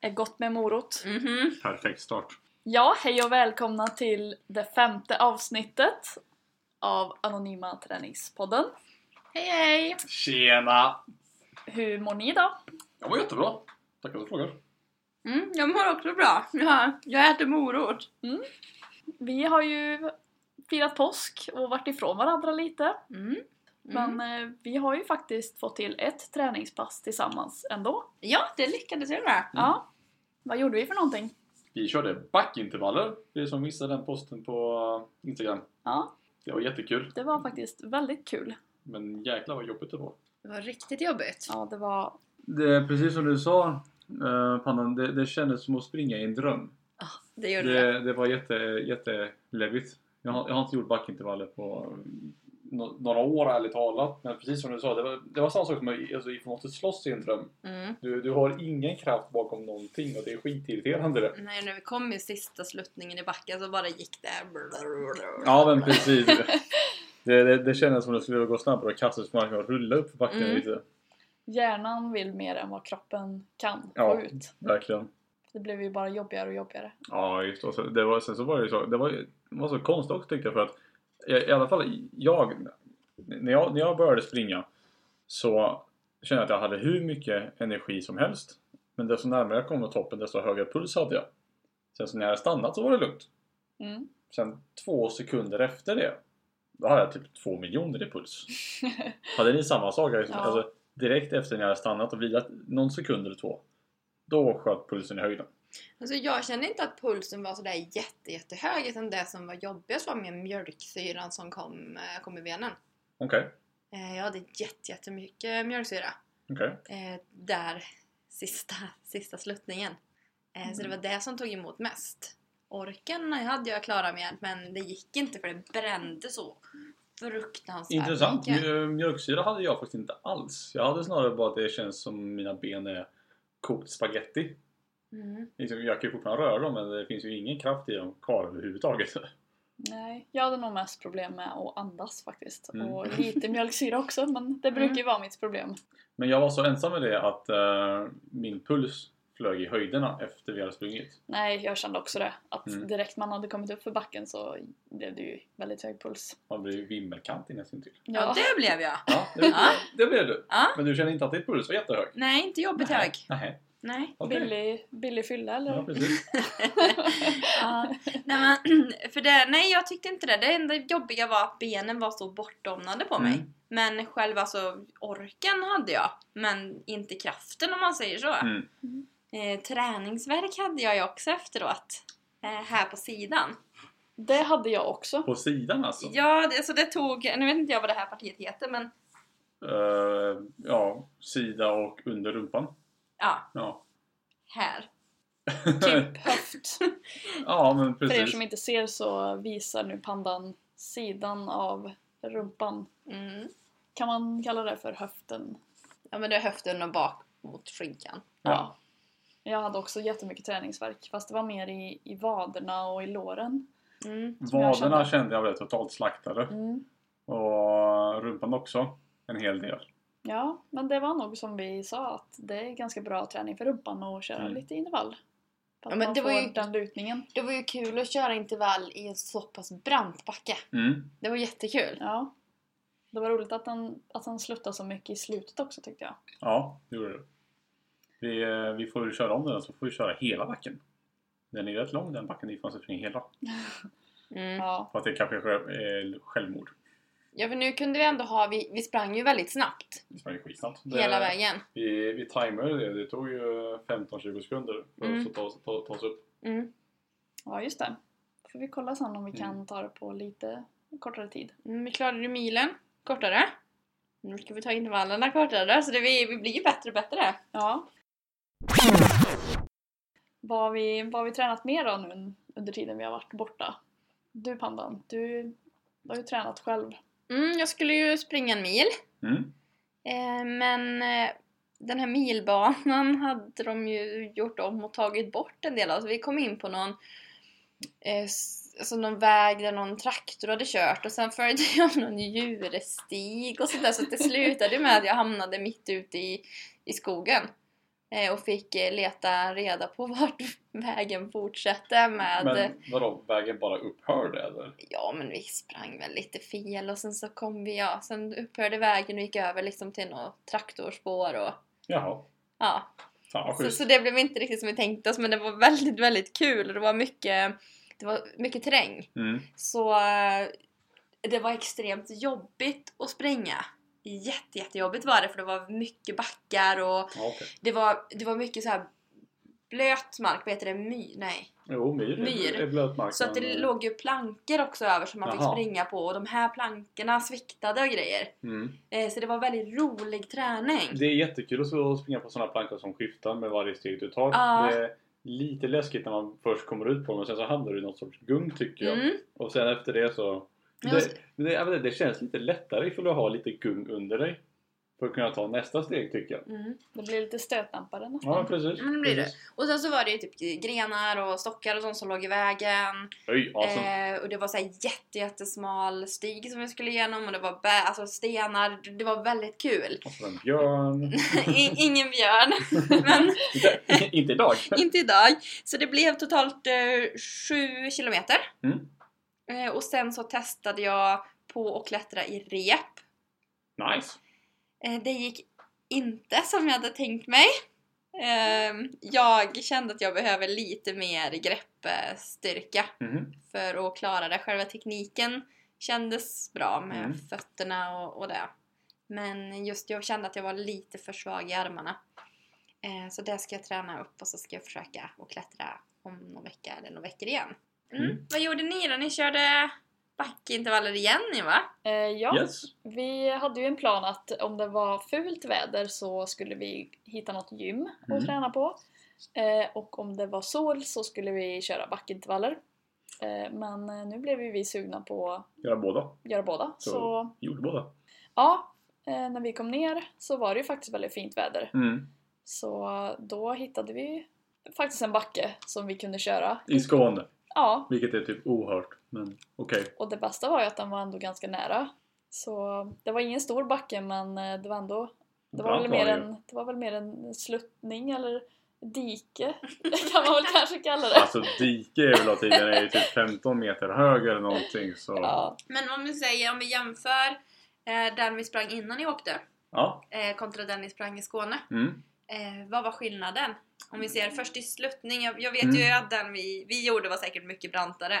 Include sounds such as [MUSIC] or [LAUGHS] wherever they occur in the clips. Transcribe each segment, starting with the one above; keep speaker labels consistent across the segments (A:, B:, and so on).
A: Är gott med morot.
B: Mhm.
C: Perfekt start.
A: Ja, hej och välkomna till det femte avsnittet av Anonyma Träningspodden.
B: Hej hej!
D: Tjena!
A: Hur mår ni då?
D: Jag mår jättebra. Tackar som frågar.
B: Mm, jag mår också bra. Ja, jag äter morot.
A: Vi har ju firat påsk och varit ifrån varandra lite.
B: Mm. Mm.
A: Men eh, vi har ju faktiskt fått till ett träningspass tillsammans ändå.
B: Mm. Ja, det lyckades jag med.
A: Ja. Vad gjorde vi för någonting?
D: Vi körde backintervaller. Det är som missade den posten på eh, Instagram.
A: Ja,
D: Det var jättekul.
A: det var faktiskt väldigt kul.
D: Men jäklar vad jobbigt det var.
B: Det var riktigt jobbigt.
A: Ja, det var...
C: Det är precis som du sa eh, Pannan, det, det kändes som att springa i en dröm.
B: Det gjorde det.
C: Det, det var jätte, jättelevigt.
D: Jag har, jag har inte gjort backintervaller på no, några år ärligt talat. Men precis som du sa, det var, det var samma sak som att- alltså, ifall man måste slåss i en dröm.
B: Mm.
D: Du, du har ingen kraft bakom någonting och det är skitirriterande det.
B: Nej, när vi kom i sista sluttningen i backen så bara gick det...
D: Ja men precis. Det, det, det kändes som att det skulle gå snabbare och kastas på marken och rulla upp för backen
B: Mm.
D: lite.
A: Hjärnan vill mer än vad kroppen kan få
D: Ja.
A: ut.
D: Verkligen.
A: Det blev ju bara jobbigare och jobbigare.
C: Ja, just det. Och så- det. Var, sen så var det ju så, det var, ju- det var så konstigt också tyckte jag för att i, i alla fall jag när, jag, när jag började springa så kände jag att jag hade hur mycket energi som helst. Men desto närmare jag kom toppen desto högre puls hade jag. Sen så när jag hade stannat så var det lugnt.
A: Mm. [LAUGHS]
D: Sen två sekunder efter det, då hade jag typ två miljoner i puls. Hade ni samma sak? Liksom?
A: Ja.
D: Alltså, direkt efter när jag hade stannat och vilat någon sekund eller två, då sköt pulsen i höjden.
B: Alltså jag kände inte att pulsen var sådär jätte, jättehög utan det som var jobbigast var med mjölksyran som kom, eh, kom i benen.
D: Okej,
B: Eh, Jag hade jätte, jättemycket mjölksyra
D: okej.
B: eh, där sista, [LAUGHS] sista sluttningen. Eh, Så det var det som tog emot mest. Orken hade jag klarat med men det gick inte för det brände så fruktansvärt
D: Intressant.
B: mycket.
D: Mjö- Mjölksyra hade jag faktiskt inte alls. Jag hade snarare bara att det känns som mina ben är kokt spaghetti.
B: Mm.
D: Liksom, Jag kan ju fortfarande röra dem men det finns ju ingen kraft i dem kvar överhuvudtaget. [LAUGHS]
A: Nej, jag hade nog mest problem med att andas faktiskt.
D: Mm.
A: Och
D: [LAUGHS]
A: lite mjölksyra också, men det brukar ju vara mitt problem.
D: Men jag var så ensam med det att eh, min puls flög i höjderna efter vi hade sprungit.
A: Nej, jag kände också det. Att
D: Mm.
A: direkt man hade kommit upp för backen så blev det ju väldigt hög puls.
D: Man blev ju vimmelkantig nästan till.
B: Ja. det blev jag!
D: Ja,
B: [LAUGHS]
D: det,
B: Ja.
D: det blev du.
B: Ja.
D: Men du kände inte att din puls var jättehög?
B: Nej, inte jobbigt
D: Nej.
B: hög.
D: Nej.
B: Nej.
D: okej.
A: billig, billig fylla eller?
D: Ja, precis.
B: Ja, nej, men, [CLEARS THROAT] för det, nej jag tyckte inte det. Det enda jobbiga var att benen var så bortdomnade på mig.
D: Mm.
B: Men själva alltså, orken hade jag, men inte kraften om man säger så.
D: Mm.
B: Eh, träningsverk hade jag ju också efteråt. Eh, här på sidan.
A: Det hade jag
D: [LAUGHS]
A: också.
D: På sidan alltså?
B: Ja, det, så det tog, nu vet inte jag vad det här partiet heter men
D: Eh, ja, sida och under rumpan.
B: ja,
D: Ja,
B: här.
A: Typ höft.
D: [LAUGHS] ja men
A: För er
D: precis.
A: som inte ser så visar nu pandan sidan av rumpan.
B: Mm.
A: Kan man kalla det för höften?
B: Ja men det är höften och bak mot skinkan.
D: Ja.
A: Jag hade också jättemycket träningsvärk fast det var mer i, i vaderna och i låren.
B: Mm.
A: som jag kände.
D: Vaderna kände jag blev totalt slaktade.
A: Mm.
D: Och rumpan också. En hel del.
A: Ja, men det var nog som vi sa att det är ganska bra träning för rumpan att köra
D: Mm.
A: lite intervall. För att
B: Ja, men
A: man
B: det var
A: får
B: ju-
A: den lutningen.
B: Det var ju kul att köra intervall i en så pass brant backe.
D: Mm.
B: Det var jättekul.
A: Ja. Det var roligt att den, att den slutade så mycket i slutet också tyckte jag.
D: Ja, det gjorde det. Vi, eh, vi får ju köra om den så får vi köra hela backen. Den är ju rätt lång den backen, vi får alltså springa hela.
B: Mm.
A: Ja.
D: För att det kanske är själv- eh, självmord.
B: Ja för nu kunde vi ändå ha, vi, vi sprang ju väldigt snabbt
D: Det sprang ju skitsnabbt.
B: hela
D: Det-
B: vägen.
D: Vi, vi timade det, det tog ju 15-20 sekunder för oss
B: Mm.
D: att ta, oss- ta, ta oss upp.
B: Mm.
A: ja, just det. Får vi kolla sen om vi
D: Mm.
A: kan ta det på lite kortare tid.
B: Mm, Vi klarade ju milen kortare. Nu ska vi ta intervallerna kortare så det, vi, vi blir ju bättre och bättre.
A: Ja. Vad har vi, vad har vi tränat mer då nu under tiden vi har varit borta? Du Pandan, du har ju tränat själv.
B: Mm, jag skulle ju springa en mil.
D: Mm.
B: Eh, men eh, den här milbanan [LAUGHS] hade de ju gjort om och tagit bort en del av. Så vi kom in på någon eh, s- alltså någon väg där någon traktor hade kört och sen följde [LAUGHS] jag någon djurstig och sådär så att det slutade med att jag hamnade mitt ute i, i skogen eh, och fick eh, leta reda på [LAUGHS] vart vägen fortsatte med
D: Men vadå, vägen bara upphörde eller?
B: Ja men vi sprang väl lite fel och sen så kom vi, ja, sen upphörde vägen och gick över liksom till något traktorspår och
D: Jaha,
B: ja.
D: fan vad
B: Så,
D: schysst.
B: så det blev inte riktigt som vi tänkte oss men det var väldigt, väldigt kul och det var mycket, det var mycket terräng.
D: Mm.
B: Så eh, det var extremt jobbigt att springa. Jätte, jättejobbigt var det för det var mycket backar och
D: Ja, okej.
B: det var, det var mycket så här blöt mark, vad heter det? My? Nej.
D: Jo, myr,
B: Myr.
D: myr. är blöt mark.
B: Så att det
D: men- eh,
B: låg ju plankor också över som man fick
D: Mm. Jaha.
B: springa på och de här plankorna sviktade och grejer.
D: Mm.
B: Eh, Så det var väldigt rolig träning.
D: Det är jättekul att så- att springa på sådana plankor som skiftar med varje steg du tar.
B: Ja.
D: Det är lite läskigt när man först kommer ut på dem och sen så hamnar du i någon sorts gung tycker jag.
B: Mm.
D: Och sen efter det så...
B: Ja,
D: Det,
B: och så-
D: men det, jag vet inte, det känns lite lättare ifall du har lite gung under dig. För att kunna ta nästa steg tycker jag.
B: Mm.
A: Det blir lite stötdämpare nästan.
D: Ja, precis.
B: Men det blir det.
D: Precis.
B: Och sen så var det ju typ grenar och stockar och sånt som låg i vägen.
D: Oj, awesome.
B: Eh, och det var så här jätte, jättesmal stig som vi skulle igenom och det var bä, alltså stenar. Det var väldigt
D: [LAUGHS]
B: kul.
D: Och så en björn.
B: I, ingen björn, men
D: inte, [LAUGHS]
B: [LAUGHS]
D: inte idag.
B: inte idag. Så det blev totalt eh, sju kilometer.
D: Mm.
B: Eh, och sen så testade jag på att klättra i rep.
D: Nice.
B: Eh, det gick inte som jag hade tänkt mig. Ehm, jag kände att jag behöver lite mer greppstyrka.
D: Mhm.
B: för att klara det. Själva tekniken kändes bra med
D: Mm.
B: fötterna och, och det. Men just jag kände att jag var lite för svag i armarna. Eh, så det ska jag träna upp och så ska jag försöka att klättra om någon vecka eller några veckor igen. Mm.
D: Mm.
B: Vad gjorde ni då? Ni körde backintervaller igen ni va?
A: Eh, ja,
D: Yes.
A: vi hade ju en plan att om det var fult väder så skulle vi hitta något gym att
D: Mm.
A: träna på. Eh, och om det var sol så skulle vi köra backintervaller. Eh, men eh, nu blev ju vi sugna på att
D: Göra båda.
A: göra båda.
D: Så-
A: så
D: Gjorde båda.
A: Ja, eh, när vi kom ner så var det ju faktiskt väldigt fint väder.
D: Mm.
A: Så då hittade vi faktiskt en backe som vi kunde köra.
D: I Skåne.
A: Ja,
D: Vilket är typ ohört. Men okej.
A: och det bästa var ju att den var ändå ganska nära. Så det var ingen stor backe men eh, det var ändå det var,
D: Brant
A: väl
D: var
A: mer
D: det ju.
A: en, det var väl mer en sluttning eller dike [LAUGHS] kan man väl kanske kalla det.
D: Alltså dike är väl av tiden är ju typ 15 meter hög eller någonting så...
A: Ja,
B: Men om vi säger, om vi jämför eh, den vi sprang innan ni åkte
D: Ja.
B: eh, kontra den ni sprang i Skåne.
D: Mm.
B: Eh, vad var skillnaden? Om vi ser först i sluttning, jag, jag vet
D: Mm.
B: ju att den vi, vi gjorde var säkert mycket brantare.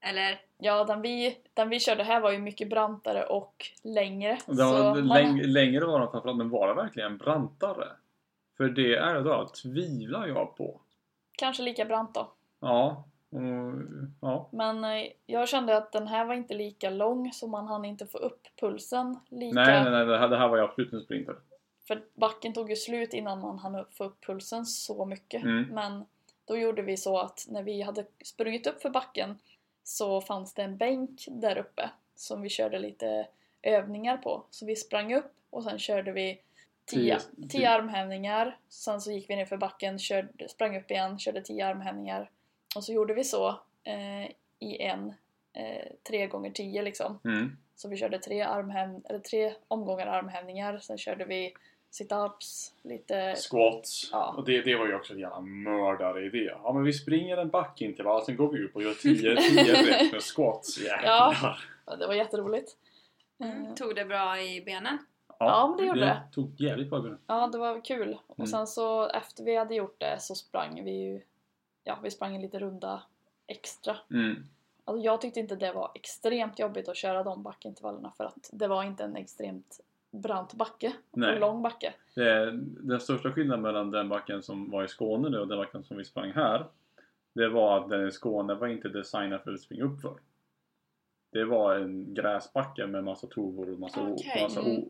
B: Eller?
A: ja den, vi, den vi körde här var ju mycket brantare och längre.
D: Den
A: så
D: var,
A: man-
D: läng, längre var den framförallt, men var den verkligen brantare? För det är det då, tvivlar jag på.
A: Kanske lika brant då.
D: Ja. Och, ja.
A: Men eh, jag kände att den här var inte lika lång så man hann inte få upp pulsen lika.
D: Nej, nej, nej. Det här, det här var ju absolut en sprinter.
A: För backen tog ju slut innan man hann upp- få upp pulsen så mycket.
D: Mm.
A: Men då gjorde vi så att när vi hade sprungit upp för backen så fanns det en bänk där uppe som vi körde lite övningar på. Så vi sprang upp och sen körde vi tio,
D: Tio-
A: tio armhävningar. Sen så gick vi ner för backen, körde, sprang upp igen, körde tio armhävningar. Och så gjorde vi så eh, i en eh, tre gånger tio liksom.
D: Mm.
A: Så vi körde tre, armhäv, eller tre omgångar armhävningar, sen körde vi sit-ups, lite...
D: Squats.
A: Ja.
D: Och det, det var ju också en jävla mördaridé. Ja, men vi springer en backintervall, sen går vi upp och gör 10 [LAUGHS] 10 reps med squats. Jävlar! Ja,
A: Ja, Det var jätteroligt. Eh,
B: Mm, Tog det bra i benen?
A: Ja, men det gjorde det.
D: det. tog jävligt bra i början.
A: Ja, det var kul.
D: Mm.
A: Och sen så efter vi hade gjort det så sprang vi ju... Ja, vi sprang en liten runda extra.
D: Mm.
A: Alltså jag tyckte inte det var extremt jobbigt att köra de backintervallerna för att det var inte en extremt brant backe.
D: Nej.
A: Och lång backe.
D: Det är, den största skillnaden mellan den backen som var i Skåne nu och den backen som vi sprang här Det var att den i Skåne var inte designad för att springa upp för Det var en gräsbacke med massa tovor och massa, o-
B: Okej.
D: massa
A: Mm.
D: o,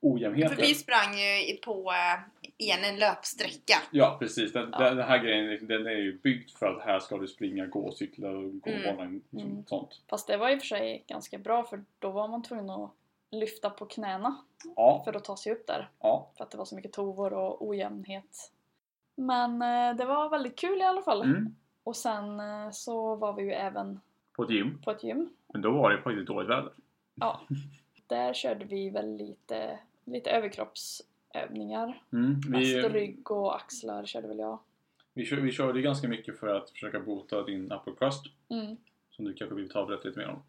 D: ojämnheter
B: För vi sprang ju i- på eh, igen en löpsträcka.
D: Ja precis, den,
A: Ja.
D: den den här grejen liksom, den är ju byggd för att här ska du springa, gå, cykla och gå
B: Mm.
D: mm. banan liksom,
A: Mm.
D: sånt
A: Fast det var i och för sig ganska bra för då var man tvungen att lyfta på knäna
D: Ja,
A: för att ta sig upp där.
D: ja.
A: För att det var så mycket tovor och ojämnhet. Men eh, det var väldigt kul i alla fall.
D: Mm.
A: Och sen eh, så var vi ju även
D: på ett gym.
A: på ett gym.
D: Men då var det faktiskt dåligt väder.
A: Där körde vi väl lite, lite överkroppsövningar.
D: Mm,
A: Mest
D: vi,
A: rygg och axlar körde väl jag.
D: vi, kör, vi körde ju ganska mycket för att försöka bota din upper crust.
A: Mm.
D: Som du kanske vill ta och berätta lite mer om.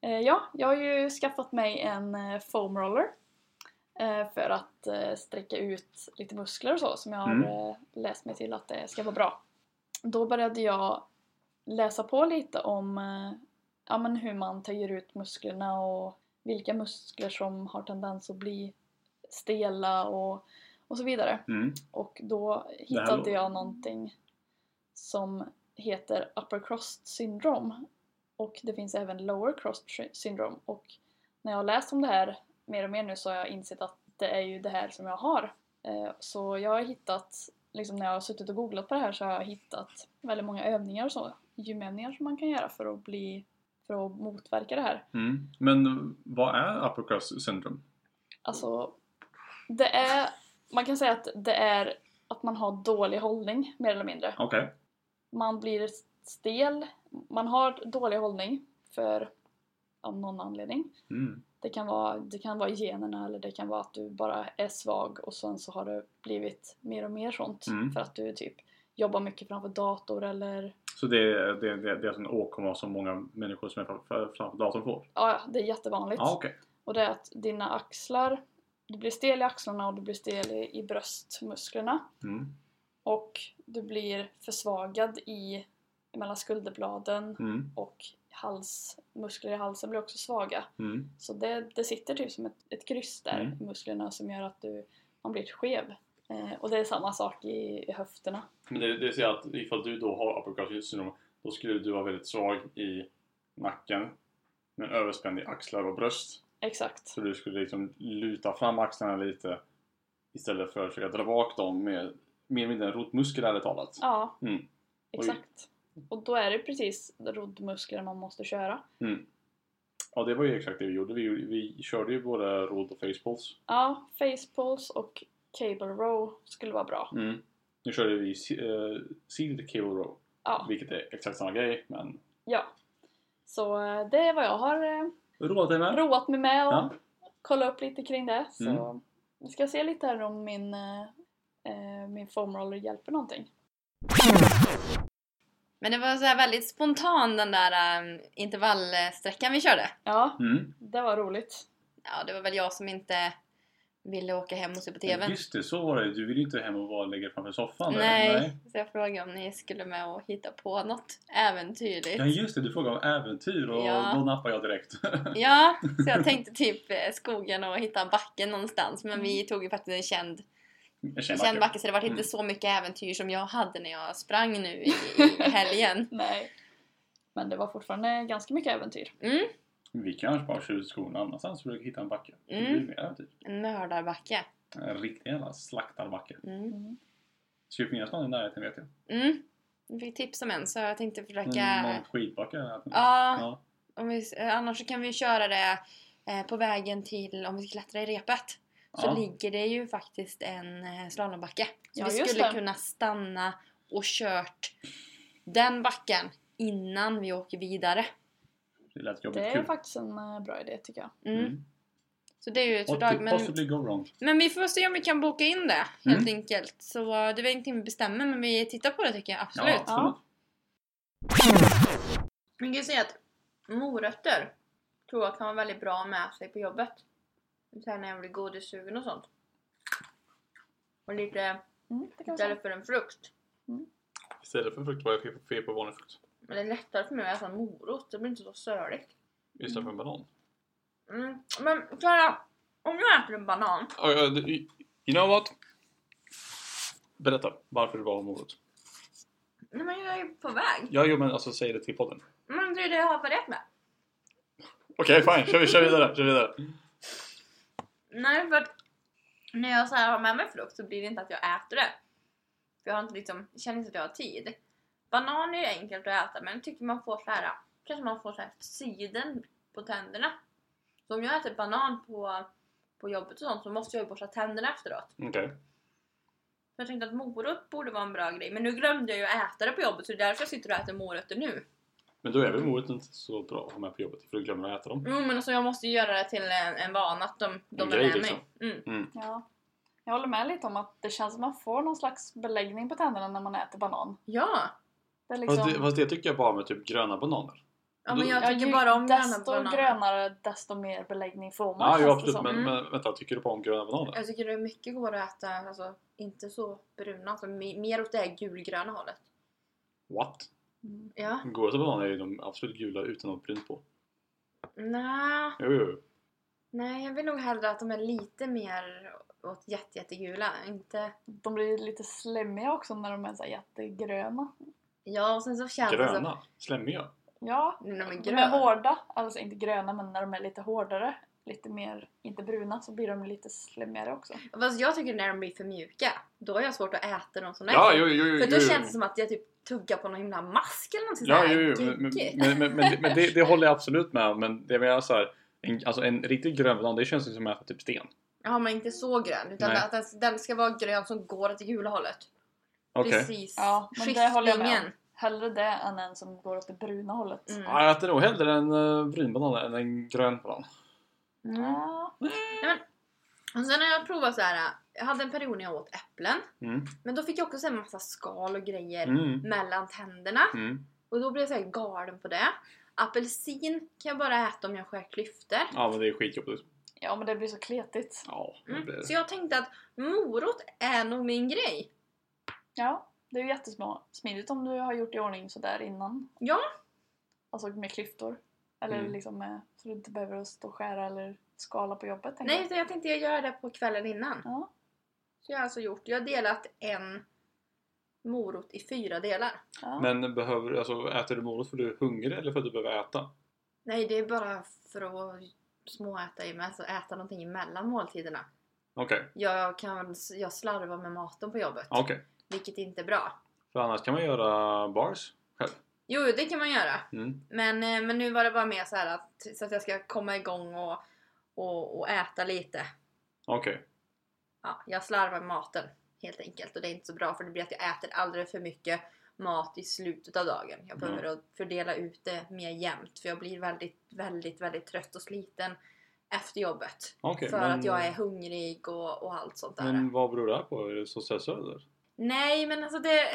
A: Eh, ja, jag har ju skaffat mig en eh, foam roller eh, för att eh, sträcka ut lite muskler och så som jag har
D: Mm.
A: eh, läst mig till att det ska vara bra. Då började jag läsa på lite om eh, ja, men hur man töjer ut musklerna och vilka muskler som har tendens att bli stela och, och så vidare.
D: Mm.
A: Och då
D: här
A: hittade
D: låter-
A: jag någonting som heter upper cross syndrom. Och det finns även lower cross sy- syndrom. Och när jag har läst om det här mer och mer nu så har jag insett att det är ju det här som jag har. Eh, Så jag har hittat, liksom när jag har suttit och googlat på det här så har jag hittat väldigt många övningar och så, gymövningar som man kan göra för att bli, för att motverka det här.
D: Mm. Men vad är upper crust syndrome?
A: Alltså, det är, man kan säga att det är att man har dålig hållning mer eller mindre.
D: Okej.
A: man blir stel, man har dålig hållning för av någon anledning.
D: Mm.
A: Det kan, vara, det kan vara generna eller det kan vara att du bara är svag och sen så har det blivit mer och mer sånt
D: Mm.
A: för att du typ jobbar mycket framför dator eller
D: Så det är, det, är- det, är- det är en åkomma som många människor som är framför framför datorn får?
A: ja, ja, det är jättevanligt.
D: Ja, ah, okej.
A: Och det är att dina axlar, du blir stel i axlarna och du blir stel i, i bröstmusklerna
D: Mm.
A: och du blir försvagad i mellan skulderbladen
D: Mm.
A: och hals, muskler i halsen blir också svaga.
D: Mm.
A: Så det, det sitter typ som ett, ett kryss där
D: Mm.
A: i musklerna som gör att du, man blir skev. Eh, och det är samma sak i, i höfterna.
D: Men det, det säger att ifall du då har upper crust syndrome då skulle du vara väldigt svag i nacken men överspänd i axlar och bröst.
A: Exakt.
D: Så du skulle liksom luta fram axlarna lite istället för att försöka dra bak dem med mer eller mindre en rotmuskel ärligt talat.
A: Ja,
D: Mm.
A: exakt. Och då är det precis roddmuskler man måste köra.
D: Ja, det var ju exakt det vi gjorde. Vi, gjorde- vi körde ju både rodd och facepulls.
A: Ja, face pulls och cable row skulle vara bra.
D: Mm. Nu körde vi uh, sealed cable row,
A: Ja,
D: vilket är exakt samma grej men...
A: ja. Så eh, det är vad jag har eh,
D: Roat dig med!
A: roat mig med och
D: Ja.
A: kollat upp lite kring det. Så
D: Mm.
A: vi ska se lite här om min, eh, eh, min foamroller hjälper någonting.
B: Men det var så här väldigt spontan den där um, intervallsträckan vi körde.
A: Ja,
D: Mm.
A: det var roligt.
B: Ja, det var väl jag som inte ville åka hem och se på
D: Ja,
B: TVn.
D: Just det, så var det Du ville ju inte hem och bara lägga dig framför soffan. eller?
B: Nej, så jag frågade om ni skulle med och hitta på något äventyrligt.
D: Ja just det, du frågade om äventyr och
B: Ja.
D: då nappade jag direkt. [LAUGHS]
B: Ja, så jag tänkte typ eh, skogen och hitta en backe någonstans. Men vi tog ju faktiskt en känd,
D: Jag
B: en
D: känner
B: känd
D: verkligen-
B: backe så det var inte
D: Mm.
B: så mycket äventyr som jag hade när jag sprang nu i, i helgen.
A: Nej. Men det var fortfarande ganska mycket äventyr.
B: Mm,
D: Vi kanske bara kör ut skorna annanstans för att hitta en backe. Det
B: Mm.
D: blir mer äventyr.
B: en mördarbacke.
D: En riktig jävla slaktarbacke.
B: Mm.
D: Ska ju finnas någon i närheten vet jag.
B: Mm. Jag fick tips om en så jag tänkte försöka...
D: Mm, Någon skidbacke i närheten.
B: Ja,
D: Ja.
B: Om vi, eh, annars så kan vi köra det eh, på vägen till, om vi ska klättra i repet. Så
D: Ja.
B: ligger det ju faktiskt en eh, slalombacke. Så
A: Ja,
B: vi
A: just
B: skulle
A: det.
B: kunna stanna och kört den backen innan vi åker vidare.
D: Det lät jobbigt
A: Det är
D: kul.
A: faktiskt en eh, bra idé tycker jag.
B: Mm.
D: Mm.
B: Så det är ju ett
D: What could
B: förslag. Men,
D: possibly go wrong?
B: men vi får se om vi kan boka in det helt
D: Mm.
B: enkelt. Så eh, det är ingenting vi bestämmer men vi tittar på det tycker jag absolut.
D: Ja, absolut.
B: Man kan ju säga att morötter tror jag kan vara väldigt bra med sig på jobbet. Så här när jag blir godissugen och sånt. Och lite
A: Mm, det kan vara så.
B: istället för en frukt.
D: Istället för frukt var jag fel på, fel på vanlig frukt.
B: Men det är lättare för mig att äta en morot, det blir inte så söligt.
D: Istället för en banan.
B: Mm. Men Klara, om jag äter en banan.
D: Oh, you know what? Berätta varför det var morot.
B: Nej men jag är ju på väg.
D: Ja, jo men alltså säg det till podden.
B: Men det är det jag har börjat med.
D: Okej, fine. Kör, vi- kör vidare. Kör vidare.
B: Nej för att när jag så här har med mig frukt så blir det inte att jag äter det. För jag har inte liksom, jag känner inte att jag har tid. Banan är ju enkelt att äta men jag tycker man får så här, kanske man får så här siden på tänderna. Så om jag äter banan på, på jobbet och sånt så måste jag ju borsta tänderna efteråt.
D: Okej.
B: Jag tänkte att morot borde vara en bra grej. Men nu glömde jag ju att äta det på jobbet så det är därför jag sitter och äter morötter nu.
D: Men då är väl morot inte så bra att ha med på jobbet för du glömmer att äta dem.
B: Jo men alltså jag måste ju göra det till en, en vana att de, de
D: En
B: är
D: grej,
B: med
D: liksom.
B: mig. Mm.
A: Ja. Jag håller med lite om att det känns som att man får någon slags beläggning på tänderna när man äter banan.
B: Ja!
A: Det är
D: Fast,
A: liksom...
D: det, fast det tycker jag bara med typ gröna bananer.
B: Ja men
D: Då-
B: jag
A: Ja,
B: tycker
A: ju
B: bara om gröna
A: desto
B: bananer.
A: grönare desto mer beläggning får man.
D: Ja,
A: känns
D: jo
A: det
D: absolut.
A: som.
D: Men,
B: Mm.
D: men vänta, tycker du bara om gröna bananer?
B: Jag tycker det är mycket godare att äta, alltså inte så bruna, alltså, me- mer åt det här gulgröna hållet.
D: What?
A: Mm.
B: Ja.
D: Godaste bananer är ju de absolut gula utan något brunt på.
B: Nej,
D: Jo, jo, jo.
B: nej jag vill nog hellre att de är lite mer åt jätte, jättegula. Inte...
A: De blir lite slemmiga också när de är så här jättegröna.
B: Ja, alltså- och sen så känns det som...
D: Gröna. Slemmiga.
A: Ja,
B: När de är
A: de är
B: gröna.
A: hårda. Alltså inte gröna men när de är lite hårdare, lite mer, inte bruna, så blir de lite slemmigare också.
B: Fast jag tycker när de blir för mjuka, då har jag svårt att äta dem som är.
D: Ja, jo, jo, jo.
B: För då
D: jo, jo.
B: känns det som att jag typ tuggar på någon himla mask eller någonting
D: Ja,
B: sådär.
D: jo, jo. Men,
B: Gud.
D: men, men, men, det- men det, det håller jag absolut med om. Men det jag menar så här, en, alltså en riktigt grön banan, det känns ju som att äta typ sten.
B: Ja, men inte så grön. Utan
D: Nej.
B: att den, den ska vara grön som går åt det gula hållet.
D: Okej.
B: Precis.
A: Ja, men det håller jag med om.
B: Skiftningen.
A: Hellre det än en som går åt det bruna hållet.
B: Mm.
D: Ja, jag äter nog hellre en uh, brun banan än en grön banan.
B: Mm.
A: Ja.
B: Och sen har jag provat så här. Jag hade en period när jag åt äpplen.
D: Mm.
B: Men då fick jag också så här massa skal och grejer
D: Mm.
B: mellan tänderna.
D: Mm.
B: Och då blev jag så här galen på det. Apelsin kan jag bara äta om jag skär klyftor.
D: Ja, men det är skitjobbigt.
A: ja, men det blir så kletigt.
D: Ja, det blir
B: Mm. Så
D: det.
B: jag tänkte att morot är nog min grej.
A: Ja, det är ju jättesmidigt om du har gjort i ordning sådär innan.
B: Ja.
A: Alltså med klyftor. Eller
D: Mm.
A: liksom med, så du inte behöver stå och skära eller skala på jobbet. tänker
B: Nej,
A: jag.
B: utan jag tänkte jag gör det på kvällen innan.
A: Ja.
B: Så jag har alltså gjort, jag har delat en morot i fyra delar.
A: Ja.
D: Men behöver, alltså, äter du morot för du är hungrig eller för att du behöver äta?
B: Nej, det är bara för att småäta, i- alltså äta någonting emellan måltiderna.
D: Okej,
B: Jag, kan, jag slarvar med maten på jobbet,
D: okej.
B: vilket inte är bra.
D: För annars kan man göra bars själv.
B: Jo, jo, det kan man göra.
D: Mm.
B: Men, eh, men nu var det bara mer så här att, så att jag ska komma igång och, och, och äta lite.
D: Okej.
B: Ja, jag slarvar med maten helt enkelt och det är inte så bra för det blir att jag äter alldeles för mycket mat i slutet av dagen. Jag behöver
D: Mm.
B: att fördela ut det mer jämnt för jag blir väldigt, väldigt, väldigt trött och sliten efter jobbet.
D: Okej,
B: för
D: men-
B: att jag är hungrig och, och allt sånt där.
D: Men vad beror det här på? Är det så stressad eller?
B: Nej men alltså det...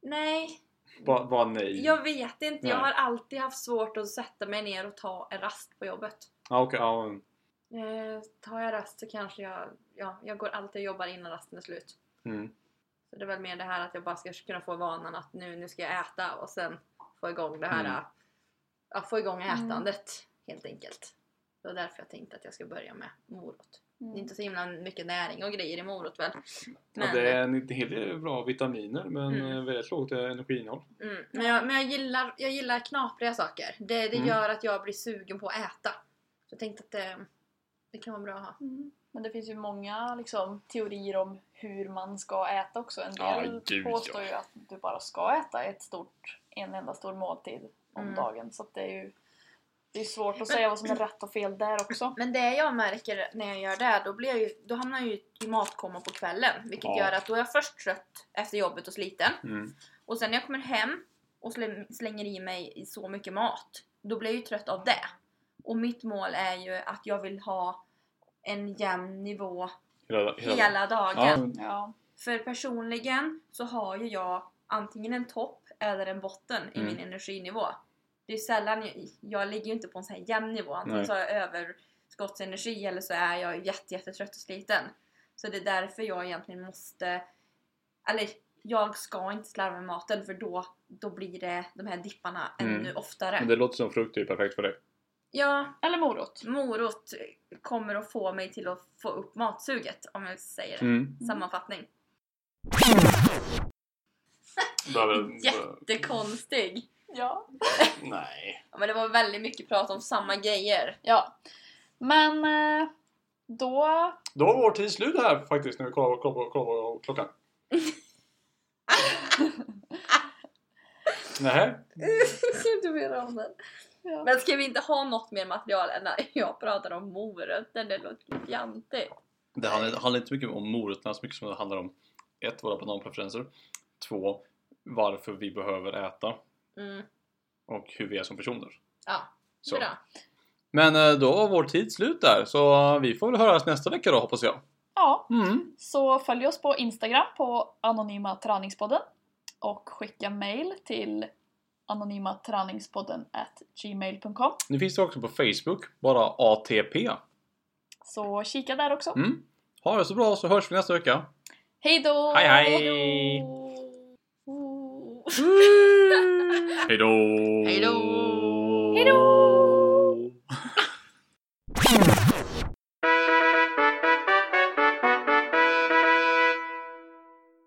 B: Nej.
D: Bara bara nej?
B: Jag vet inte. Jag har
D: Nej.
B: alltid haft svårt att sätta mig ner och ta en rast på jobbet.
D: Ja, okej. ja, mm.
B: Eh, tar jag rast så kanske jag... Ja, jag går alltid och jobbar innan rasten är slut.
D: Mm.
B: Så det är väl mer det här att jag bara ska kunna få vanan att nu, nu ska jag äta och sen få igång det här...
D: Mm.
B: Ja, få igång
A: Mm.
B: ätandet helt enkelt. Det var därför jag tänkte att jag ska börja med morot. Det är
A: Mm.
B: inte så himla mycket näring och grejer i morot väl? eh,
D: Ja, det är en hel del bra vitaminer men
B: Mm.
D: eh, väldigt lågt eh, energiinnehåll.
B: mm, men, jag, men jag gillar, jag gillar knapriga saker. Det, det
D: Mm.
B: gör att jag blir sugen på att äta. Så jag tänkte att det, det kan vara bra att ha.
A: Mm. Men det finns ju många liksom, teorier om hur man ska äta också. En
D: Ja,
A: del
D: gud,
A: påstår
D: ja.
A: ju att du bara ska äta ett stort, en enda stor måltid om
B: Mm.
A: dagen. Så att det är ju det är svårt att säga vad som är rätt och fel där också.
B: Men det jag märker när jag gör det, då, blir jag ju, då hamnar jag ju i matkoma på kvällen. Vilket
D: Ja.
B: gör att då är jag först trött efter jobbet och sliten.
D: Mm.
B: Och sen när jag kommer hem och slä- slänger i mig i så mycket mat, då blir jag ju trött av det. Och mitt mål är ju att jag vill ha en jämn nivå
D: Hela,
B: hela dagen.
D: Ja, men-
A: Ja.
B: För personligen så har ju jag antingen en topp eller en botten i
D: Mm.
B: min energinivå. Det är sällan, jag, jag ligger ju inte på en sån här jämn nivå. Antingen
D: Nej.
B: så har jag överskottsenergi eller så är jag jätte, jättetrött och sliten. Så det är därför jag egentligen måste... Eller jag ska inte slarva med maten för då, då blir det de här dipparna
D: Mm.
B: ännu oftare.
D: men det låter som frukt är ju perfekt för dig.
B: Ja,
A: Eller morot.
B: morot kommer att få mig till att få upp matsuget om jag säger det.
D: Mm.
B: Sammanfattning.
D: Behöver,
B: Jättekonstig!
A: Ja.
D: Nej.
B: Ja, men det var väldigt mycket prat om samma grejer.
A: ja. Men eh, då
D: Då var vår tid slut här faktiskt när vi kollar kollar på- kollar på
B: [LAUGHS]
D: klockan. Nej.
B: Mm. [LAUGHS] du mer om den.
A: Ja.
B: Men ska vi inte ha något mer material än när jag pratar om morötter? Det låter ju fjantigt.
D: Det handlar, handlar inte så mycket om morötterna så mycket som det handlar om ett, våra bananpreferenser. Två, varför vi behöver äta
B: Mm.
D: och hur vi är som personer.
B: Ja, [LAUGHS]
D: Så.
B: bra.
D: Men eh, då var vår tid slut där, så eh, vi får väl höras nästa vecka då hoppas jag.
A: Ja,
D: Mm.
A: så följ oss på Instagram på Anonyma Träningspodden och skicka mail till anonymaträningspodden at gmail.com
D: Nu finns det också på Facebook, bara ATP.
A: Så kika där också.
D: Mm. Ha det så bra så hörs vi nästa vecka.
A: Hej då!
D: Hej, hej!
A: Ooh.
D: Hejdå!
B: Hej då!
A: Hej då!